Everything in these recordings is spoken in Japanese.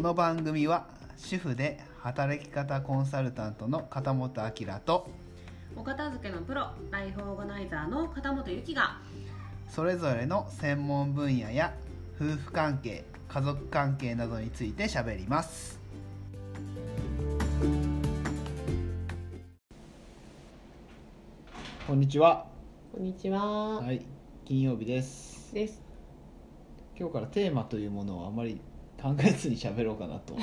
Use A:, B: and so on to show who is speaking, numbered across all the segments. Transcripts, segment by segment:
A: の番組は主婦で働き方コンサルタントの片本明と
B: お片付けのプロライフオーガナイザーの片本由紀が
A: それぞれの専門分野や夫婦関係家族関係などについてしゃべりますこんにちは、
B: こんにちは、
A: はい、金曜日です
B: です
A: 今日からテーマというものをあまり考えずに喋ろうかなと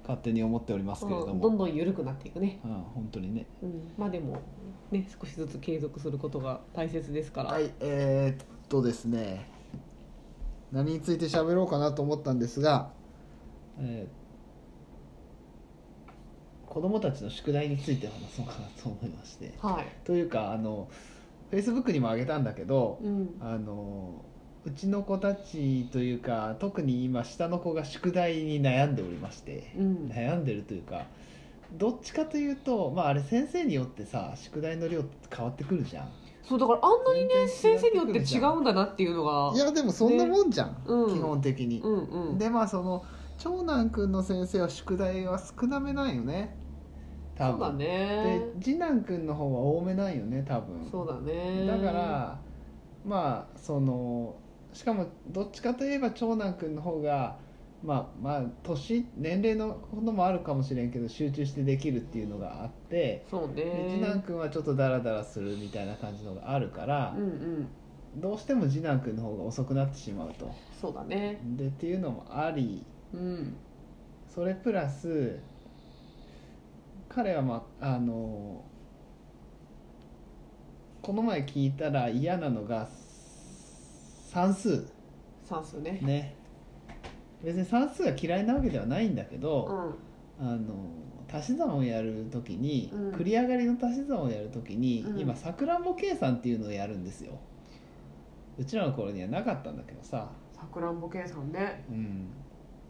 A: 勝手に思っておりますけれど
B: うん
A: も、
B: ど
A: うん
B: んどん緩くなっていくね、
A: 本当にね
B: うん、まあでもね少しずつ継続することが大切ですから、
A: はいえーっとですね何について喋ろうかなと思ったんですが、えー子供たちの宿題について話そうかなと思いまして
B: はい
A: というかあのフェイスブックにもあげたんだけど
B: うん、
A: あのうちの子たちというか特に今下の子が宿題に悩んでおりまして
B: うん、
A: 悩んでるというかどっちかというとまああれ先生によってさ宿題の量って変わってくるじゃん
B: そうだからあんなにね
A: 全
B: 先
A: 然違っ
B: 生によってて
A: くるじ
B: 違
A: ゃん
B: うんだなっていうのが
A: いやでもそんなもんじゃん、
B: うん
A: 基本的に
B: う、んうん
A: でまあその長男くんの先生は宿題は少なめなんよね多
B: そうだ
A: 分
B: ね
A: で次男くんの方は多めなんよね多分
B: そうだね
A: だからまあそのしかもどっちかといえば長男くんの方がまあまあ年年齢のこともあるかもしれんけど集中してできるっていうのがあって
B: そう
A: で
B: ね
A: 次男くんはちょっとダラダラするみたいな感じのがあるから
B: うんうん
A: どうしても次男くんの方が遅くなってしまうと。
B: そうだね
A: でっていうのもあり
B: うん
A: それプラス彼はまああのこの前聞いたら嫌なのが算数
B: 算数ね
A: ね別に算数が嫌いなわけではないんだけ
B: う
A: ど、あ
B: ん
A: の足し算をやるときに、
B: うん
A: 繰り上がりの足し算をやるときに、
B: うん
A: 今さくらんぼ計算っていうのをやるんですようちらの頃にはなかったんだけどさ
B: さくらんぼ計算ね
A: うん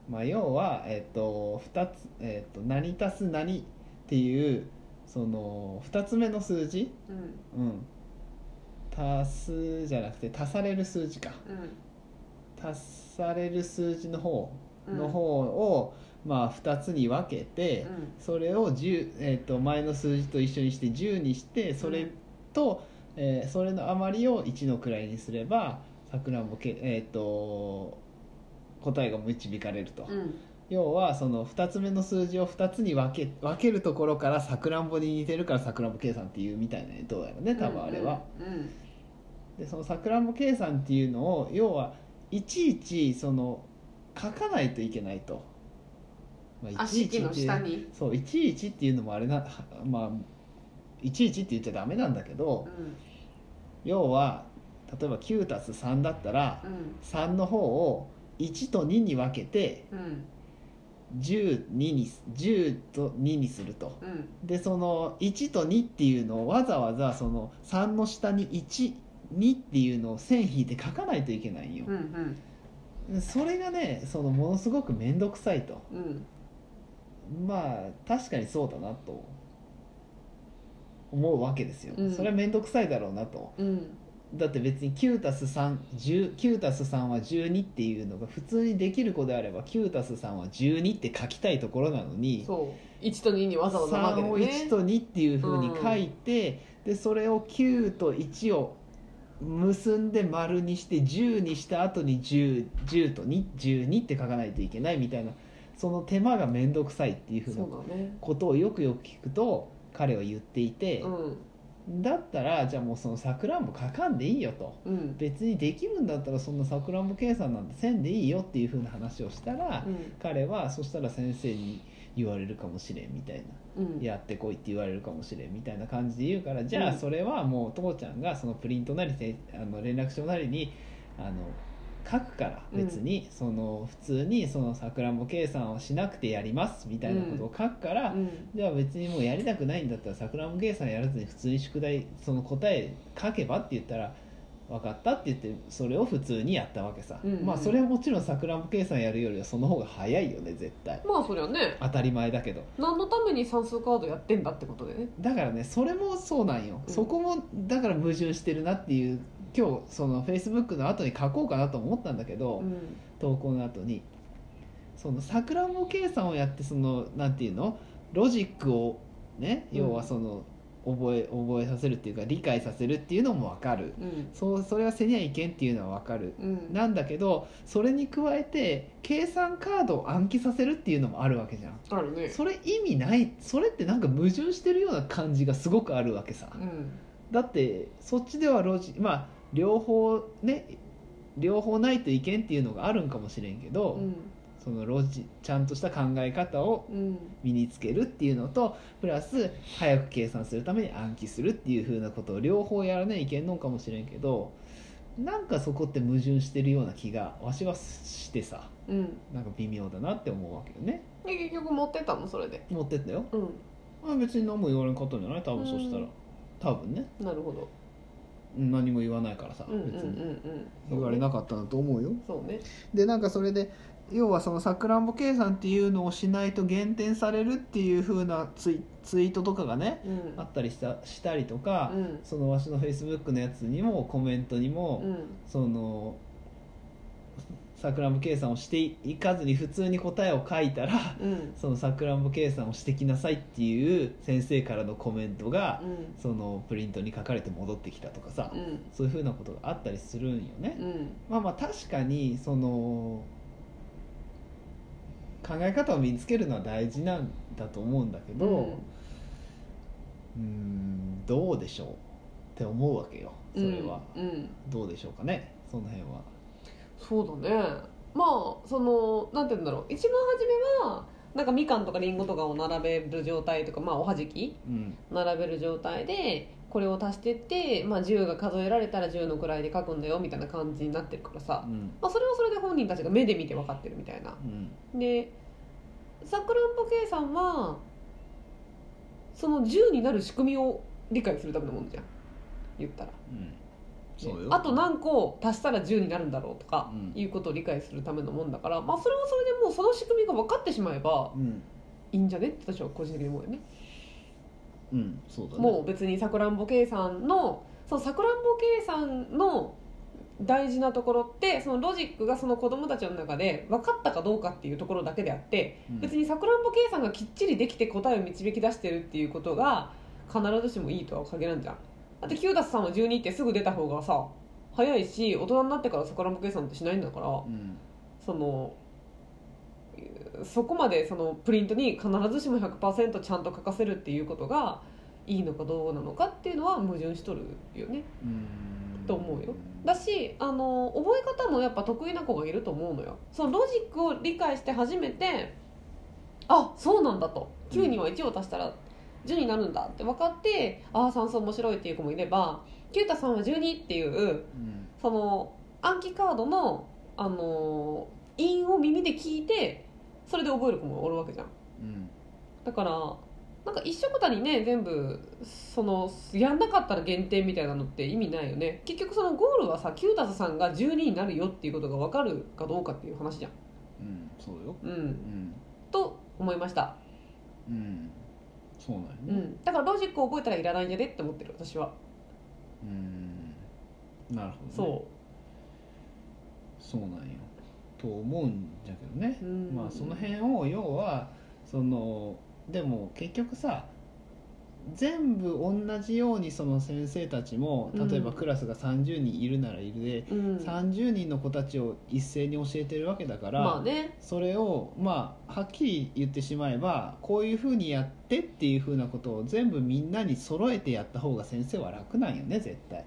A: まあ、要は、えっと2つえっと何足す何っていうその2つ目の数字、
B: うん
A: うん、足すじゃなくて足される数字か
B: うん
A: 足される数字の方
B: うん
A: の方を、まあ、2つに分けて、
B: うん
A: それを10、えっと前の数字と一緒にして10にしてそれと、えーそれの余りを1の位にすればさくらんぼけ、えっと答えが導かれると、
B: うん
A: 要はその2つ目の数字を2つに分け分けるところからさくらんぼに似てるからさくらんぼ計算っていうみたいなどうやろうね多分あれは。
B: うん
A: でそのさくらんぼ計算っていうのを要はいちいちその書かないといけないと。ま
B: あ
A: いちい
B: 式
A: ち
B: の
A: って
B: 下に
A: そういちいちっていうのもあれなまあいちいちって言っちゃダメなんだけ
B: う
A: ど
B: ん
A: 要は例えば9たす3だったら
B: うん
A: 3の方を1と2に分けて
B: うん
A: 12に10と2にすると
B: うん
A: でその1と2っていうのをわざわざその3の下に12っていうのを線引いて書かないといけないんよ
B: うんう、ん
A: それがねそのものすごく面倒くさいと
B: うん
A: まあ確かにそうだなと思うわけですよ、
B: うん
A: それは面倒くさいだろうなと
B: うん
A: だって別に 9+319+3 は12っていうのが普通にできる子であれば 9+3 は12って書きたいところなのに
B: そう1と2にわざわざ分
A: 3を
B: けて
A: 1
B: ね
A: と2っていうふうに書いて、でそれを9と1を結んで丸にして10にした後に 10, 10と212って書かないといけないみたいなその手間が面倒くさいっていうふうな
B: そうだね
A: ことをよくよく聞くと彼は言っていて
B: う、ん
A: だったらじゃあもうそのさくらんぼ書かんでいいよと
B: うん
A: 別にできるんだったらそんなさくらんぼ計算なんてせんでいいよっていうふうな話をしたら、
B: うん
A: 彼はそしたら先生に言われるかもしれんみたいな。
B: うん
A: やってこいって言われるかもしれんみたいな感じで言うからじゃあそれはもう父ちゃんがそのプリントなりせあの連絡書なりにあの書くから
B: うん
A: 別に、その普通にそのさくらんぼ計算をしなくてやりますみたいなことを書くから、
B: うん
A: じゃあ別にもうやりたくないんだったらさくらんぼ計算やらずに普通に宿題その答え書けばって言ったら。分かったって言ってそれを普通にやったわけさ、
B: うんうん
A: まあそれはもちろんさくらんぼ計算やるよりはその方が早いよね絶対
B: まあそりゃね
A: 当たり前だけど
B: 何のために算数カードやってんだってことでね
A: だからねそれもそうなんよ、
B: うん
A: そこもだから矛盾してるなっていう今日そのフェイスブックの後に書こうかなと思ったんだけど、
B: うん
A: 投稿の後にそのさくらんぼ計算をやってそのなんていうのロジックをね
B: うん
A: 要はその、覚え覚えさせるっていうか理解させるっていうのも分かる
B: うん
A: そうそれはせにゃいけんっていうのは分かる
B: うん
A: なんだけどそれに加えて計算カードを暗記させるっていうのもあるわけじゃん
B: あるね
A: それ意味ないそれってなんか矛盾してるような感じがすごくあるわけさ
B: うん
A: だってそっちではロジまあ両方ね両方ないといけんっていうのがあるんかもしれんけど、
B: うん
A: そのロジちゃんとした考え方を
B: うん
A: 身につけるっていうのとプラス早く計算するために暗記するっていうふうなことを両方やらないといけんのかもしれんけどなんかそこって矛盾してるような気がわしはしてさ
B: うん
A: なんか微妙だなって思うわけよね
B: で結局持ってったのそれで
A: 持ってったよ
B: うん
A: まあ別に何も言われんかったんじゃない多
B: う
A: 分そ
B: ん
A: したら多分ね
B: なるほど
A: うん何も言わないからさ
B: うんうんうん
A: 別に
B: うん
A: 言われなかったんだと思うよ
B: そうね
A: でなんかそれで要はそのさくらんぼ計算っていうのをしないと減点されるっていう風なツイツイートとかがね
B: うん
A: あったりしたしたりとか、
B: うん
A: そのわしのフェイスブックのやつにもコメントにも、
B: うん
A: そのさくらんぼ計算をしていかずに普通に答えを書いたら
B: うん
A: そのさくらんぼ計算をしてきなさいっていう先生からのコメントが、
B: うん
A: そのプリントに書かれて戻ってきたとかさ、
B: うん
A: そういう風なことがあったりするんよね。
B: うん
A: まあまあ確かにその考え方を身につけるのは大事なんだと思うんだけど
B: うん
A: うーんどうでしょうって思うわけよそれは、
B: うんうん
A: どうでしょうかねその辺は
B: そうだねまあそのなんて言うんだろう一番初めはなんかみかんとかりんごとかを並べる状態とか、まあ、おはじき
A: うん
B: 並べる状態でこれを足してって、まあ、10が数えられたら10の位で書くんだよみたいな感じになってるからさ
A: う、ん
B: まあ、それはそれで本人たちが目で見て分かってるみたいな
A: うん
B: でさくらんぼ計算はその10になる仕組みを理解するためのものじゃん言ったら
A: うんそうよ
B: あと何個足したら10になるんだろうとか
A: うん
B: いうことを理解するためのもんだから、まあ、それはそれでもうその仕組みが分かってしまえば
A: うん
B: いいんじゃねって私は個人的に思うよね
A: うんそうだね
B: もう別にさくらんぼ計算のそのさくらんぼ計算の大事なところってそのロジックがその子供たちの中で分かったかどうかっていうところだけであって
A: うん
B: 別にさくらんぼ計算がきっちりできて答えを導き出してるっていうことが必ずしもいいとは限らんじゃんだって9だす3は12ってすぐ出た方がさ早いし大人になってからさくらんぼ計算ってしないんだから
A: うん
B: そのそこまでそのプリントに必ずしも100%ちゃんと書かせるっていうことがいいのかどうなのかっていうのは矛盾しとるよね
A: うん
B: と思うよだしあの覚え方もやっぱ得意な子がいると思うのよそのロジックを理解して初めてあそうなんだと9には1を足したら10になるんだって分かってああ算数面白いっていう子もいれば9たす3は12っていう
A: うん
B: その暗記カードの、あのー韻を耳で聞いてそれで覚える子もおるわけじゃん
A: うん
B: だからなんか一緒くたにね全部そのやんなかったら減点みたいなのって意味ないよね結局そのゴールはさ9たす3が12になるよっていうことが分かるかどうかっていう話じゃん
A: うんそうよ
B: う
A: うんん
B: と思いました、
A: うんそうなんよね
B: うん、だからロジックを覚えたらいらないんじゃねって思ってる私は
A: うんなるほど、ね、
B: そ
A: そうなんよと思うんじゃけどね、
B: う、うん、
A: まあその辺を要はそのでも結局さ全部同じようにその先生たちも例えば
B: うん
A: クラスが30人いるならいるで、
B: うん、
A: 30人の子たちを一斉に教えてるわけだから、
B: まあね
A: それをまあはっきり言ってしまえばこういうふうにやってっていうふうなことを全部みんなに揃えてやった方が先生は楽なんよね絶対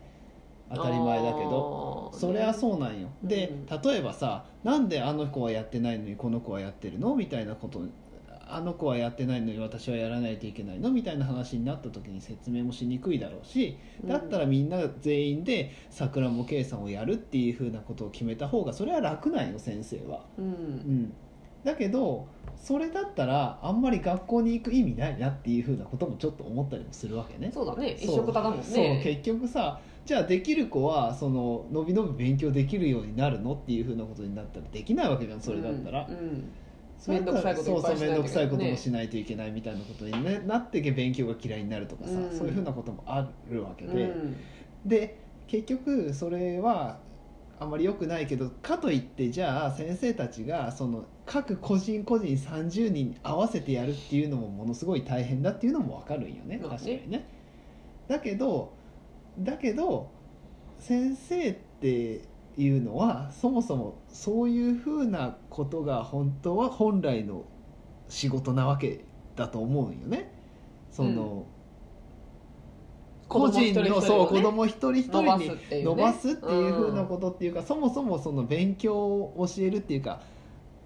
A: 当たり前だけど。
B: ど
A: そりゃそうなんよ、
B: うん
A: で例えばさなんであの子はやってないのにこの子はやってるのみたいなことあの子はやってないのに私はやらないといけないのみたいな話になった時に説明もしにくいだろうしだったらみんな全員で桜も計算をやるっていうふうなことを決めた方がそれは楽なんよ先生は。
B: うん、うん
A: うん、だけどそれだったらあんまり学校に行く意味ないなっていうふうなこともちょっと思ったりもするわけね。
B: そうだね一
A: そう
B: 緒くただもんね
A: そう結局さじゃあできる子はそののびのび勉強できるようになるのっていうふうなことになったらできないわけじゃんそれだったら、
B: うんうん
A: それだったら
B: 面倒くさいこ
A: そうそ
B: といっぱい
A: う面倒くさいことも
B: し
A: しないといけないみたいなことに、ね、なってけ勉強が嫌いになるとかさ、
B: うん
A: そういうふうなこともあるわけで、
B: うん
A: で結局それはあまり良くないけどかといってじゃあ先生たちがその各個人個人30人合わせてやるっていうのもものすごい大変だっていうのも分かるんよね
B: まあ
A: 確
B: ね
A: かにね。だけどだけど先生っていうのはそもそもそういうふうなことが本当は本来の仕事なわけだと思うんよね。その、個人のそう子供一人一人
B: 伸ば
A: に
B: すっていう、ね、
A: 伸ばすっていうふうな
B: と、
A: ことっていうか、そもそもその勉強を教えるっていうか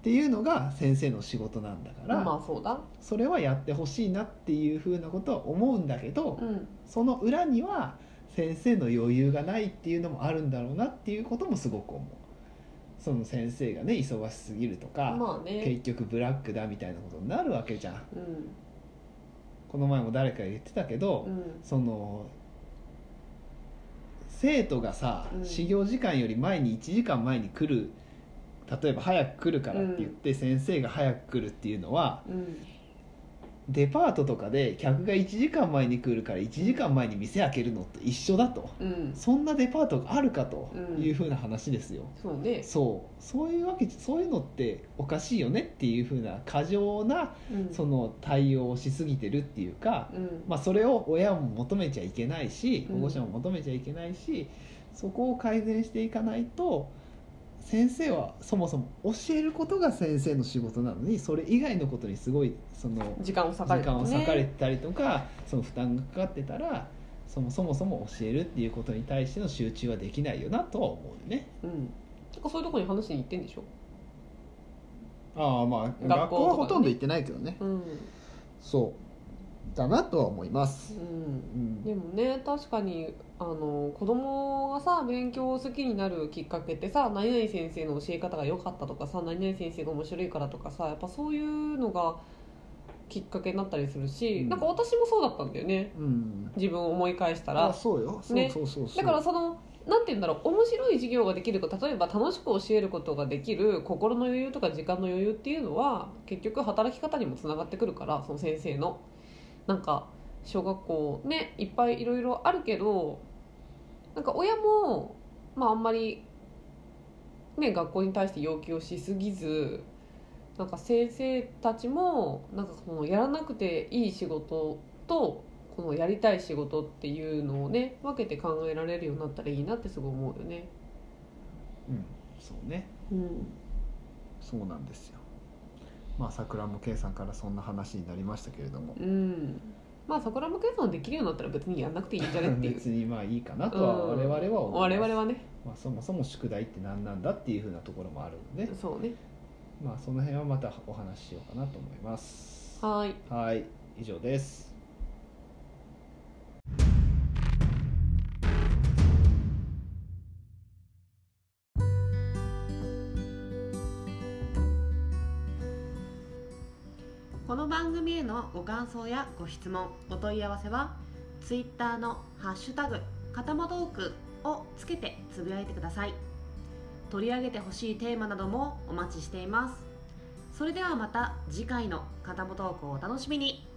A: っていうのが先生の仕事なんだから、
B: まあそうだ
A: それはやってほしいなっていうふうなことは思うんだけど、
B: うん
A: その裏には先生の余裕がないっていうのもあるんだろうなっていうこともすごく思う。その先生がね忙しすぎるとか、
B: まあね
A: 結局ブラックだみたいなことになるわけじゃん。
B: うん
A: この前も誰かが言ってたけど、
B: うん
A: その生徒がさ、
B: うん
A: 始業時間より前に1時間前に来る例えば早く来るからって言って、先生が早く来るっていうのは
B: うん
A: デパートとかで客が1時間前に来るから1時間前に店開けるのと一緒だと
B: うん
A: そんなデパートがあるかと
B: うん
A: いうふうな話ですよ。
B: そうね、
A: そうそういうわけそういうのっておかしいよねっていうふうな過剰な
B: うん、
A: その対応をしすぎてるっていうか、
B: うん
A: まあ、それを親も求めちゃいけないし
B: うん
A: 保護者も求めちゃいけないし、そこを改善していかないと先生はそもそも教えることが先生の仕事なのにそれ以外のことにすごいその
B: 時間を
A: 時
B: 割かれて
A: 間
B: ね
A: を割かれてたりとかその負担がかかってたらそもそもそも教えるっていうことに対しての集中はできないよなとは思うよね。
B: うんなんかそういうとこに話しに行ってんでしょ
A: ああまあ
B: 学校とかね
A: 学校はほとんど行ってないけどね
B: うん
A: そうだなとは思います
B: う。ん
A: うん
B: でもね確かにあの子供がさ勉強を好きになるきっかけってさ何々先生の教え方が良かったとかさ何々先生が面白いからとかさやっぱそういうのがきっかけになったりするし、
A: うん
B: なんか私もそうだったんだよね
A: うん
B: 自分を思い返した
A: あ
B: ら
A: そうよそう
B: ね
A: そうそうそう
B: だからそのなんて言うんだろう面白い授業ができるか例えば楽しく教えることができる心の余裕とか時間の余裕っていうのは結局働き方にもつながってくるからその先生のなんか小学校ねいっぱいいろいろあるけどなんか親もまああんまりね学校に対して要求をしすぎずなんか先生たちもなんかそのやらなくていい仕事とこのやりたい仕事っていうのをね分けて考えられるようになったらいいなってすごい思うよね。
A: うん、そうね
B: うん、
A: そうなんですよまあ桜も圭さんからそんな話になりましたけれども
B: うん、まあ桜も検査できるようになったら別にやんなくていいんじゃねって いう。
A: 別にまあいいかなとは我
B: うん
A: 々は思います
B: 我々はね
A: まあ、そもそも宿題って何なんだっていうふうなところもあるので、
B: そうね
A: まあ、その辺はまたお話ししようかなと思います
B: はーい
A: はい以上です
C: この番組へのご感想やご質問お問い合わせは Twitter の「ハッシュタグかたまトーク」をつけてつぶやいてください取り上げてほしいテーマなどもお待ちしていますそれではまた次回の「かたまトーク」をお楽しみに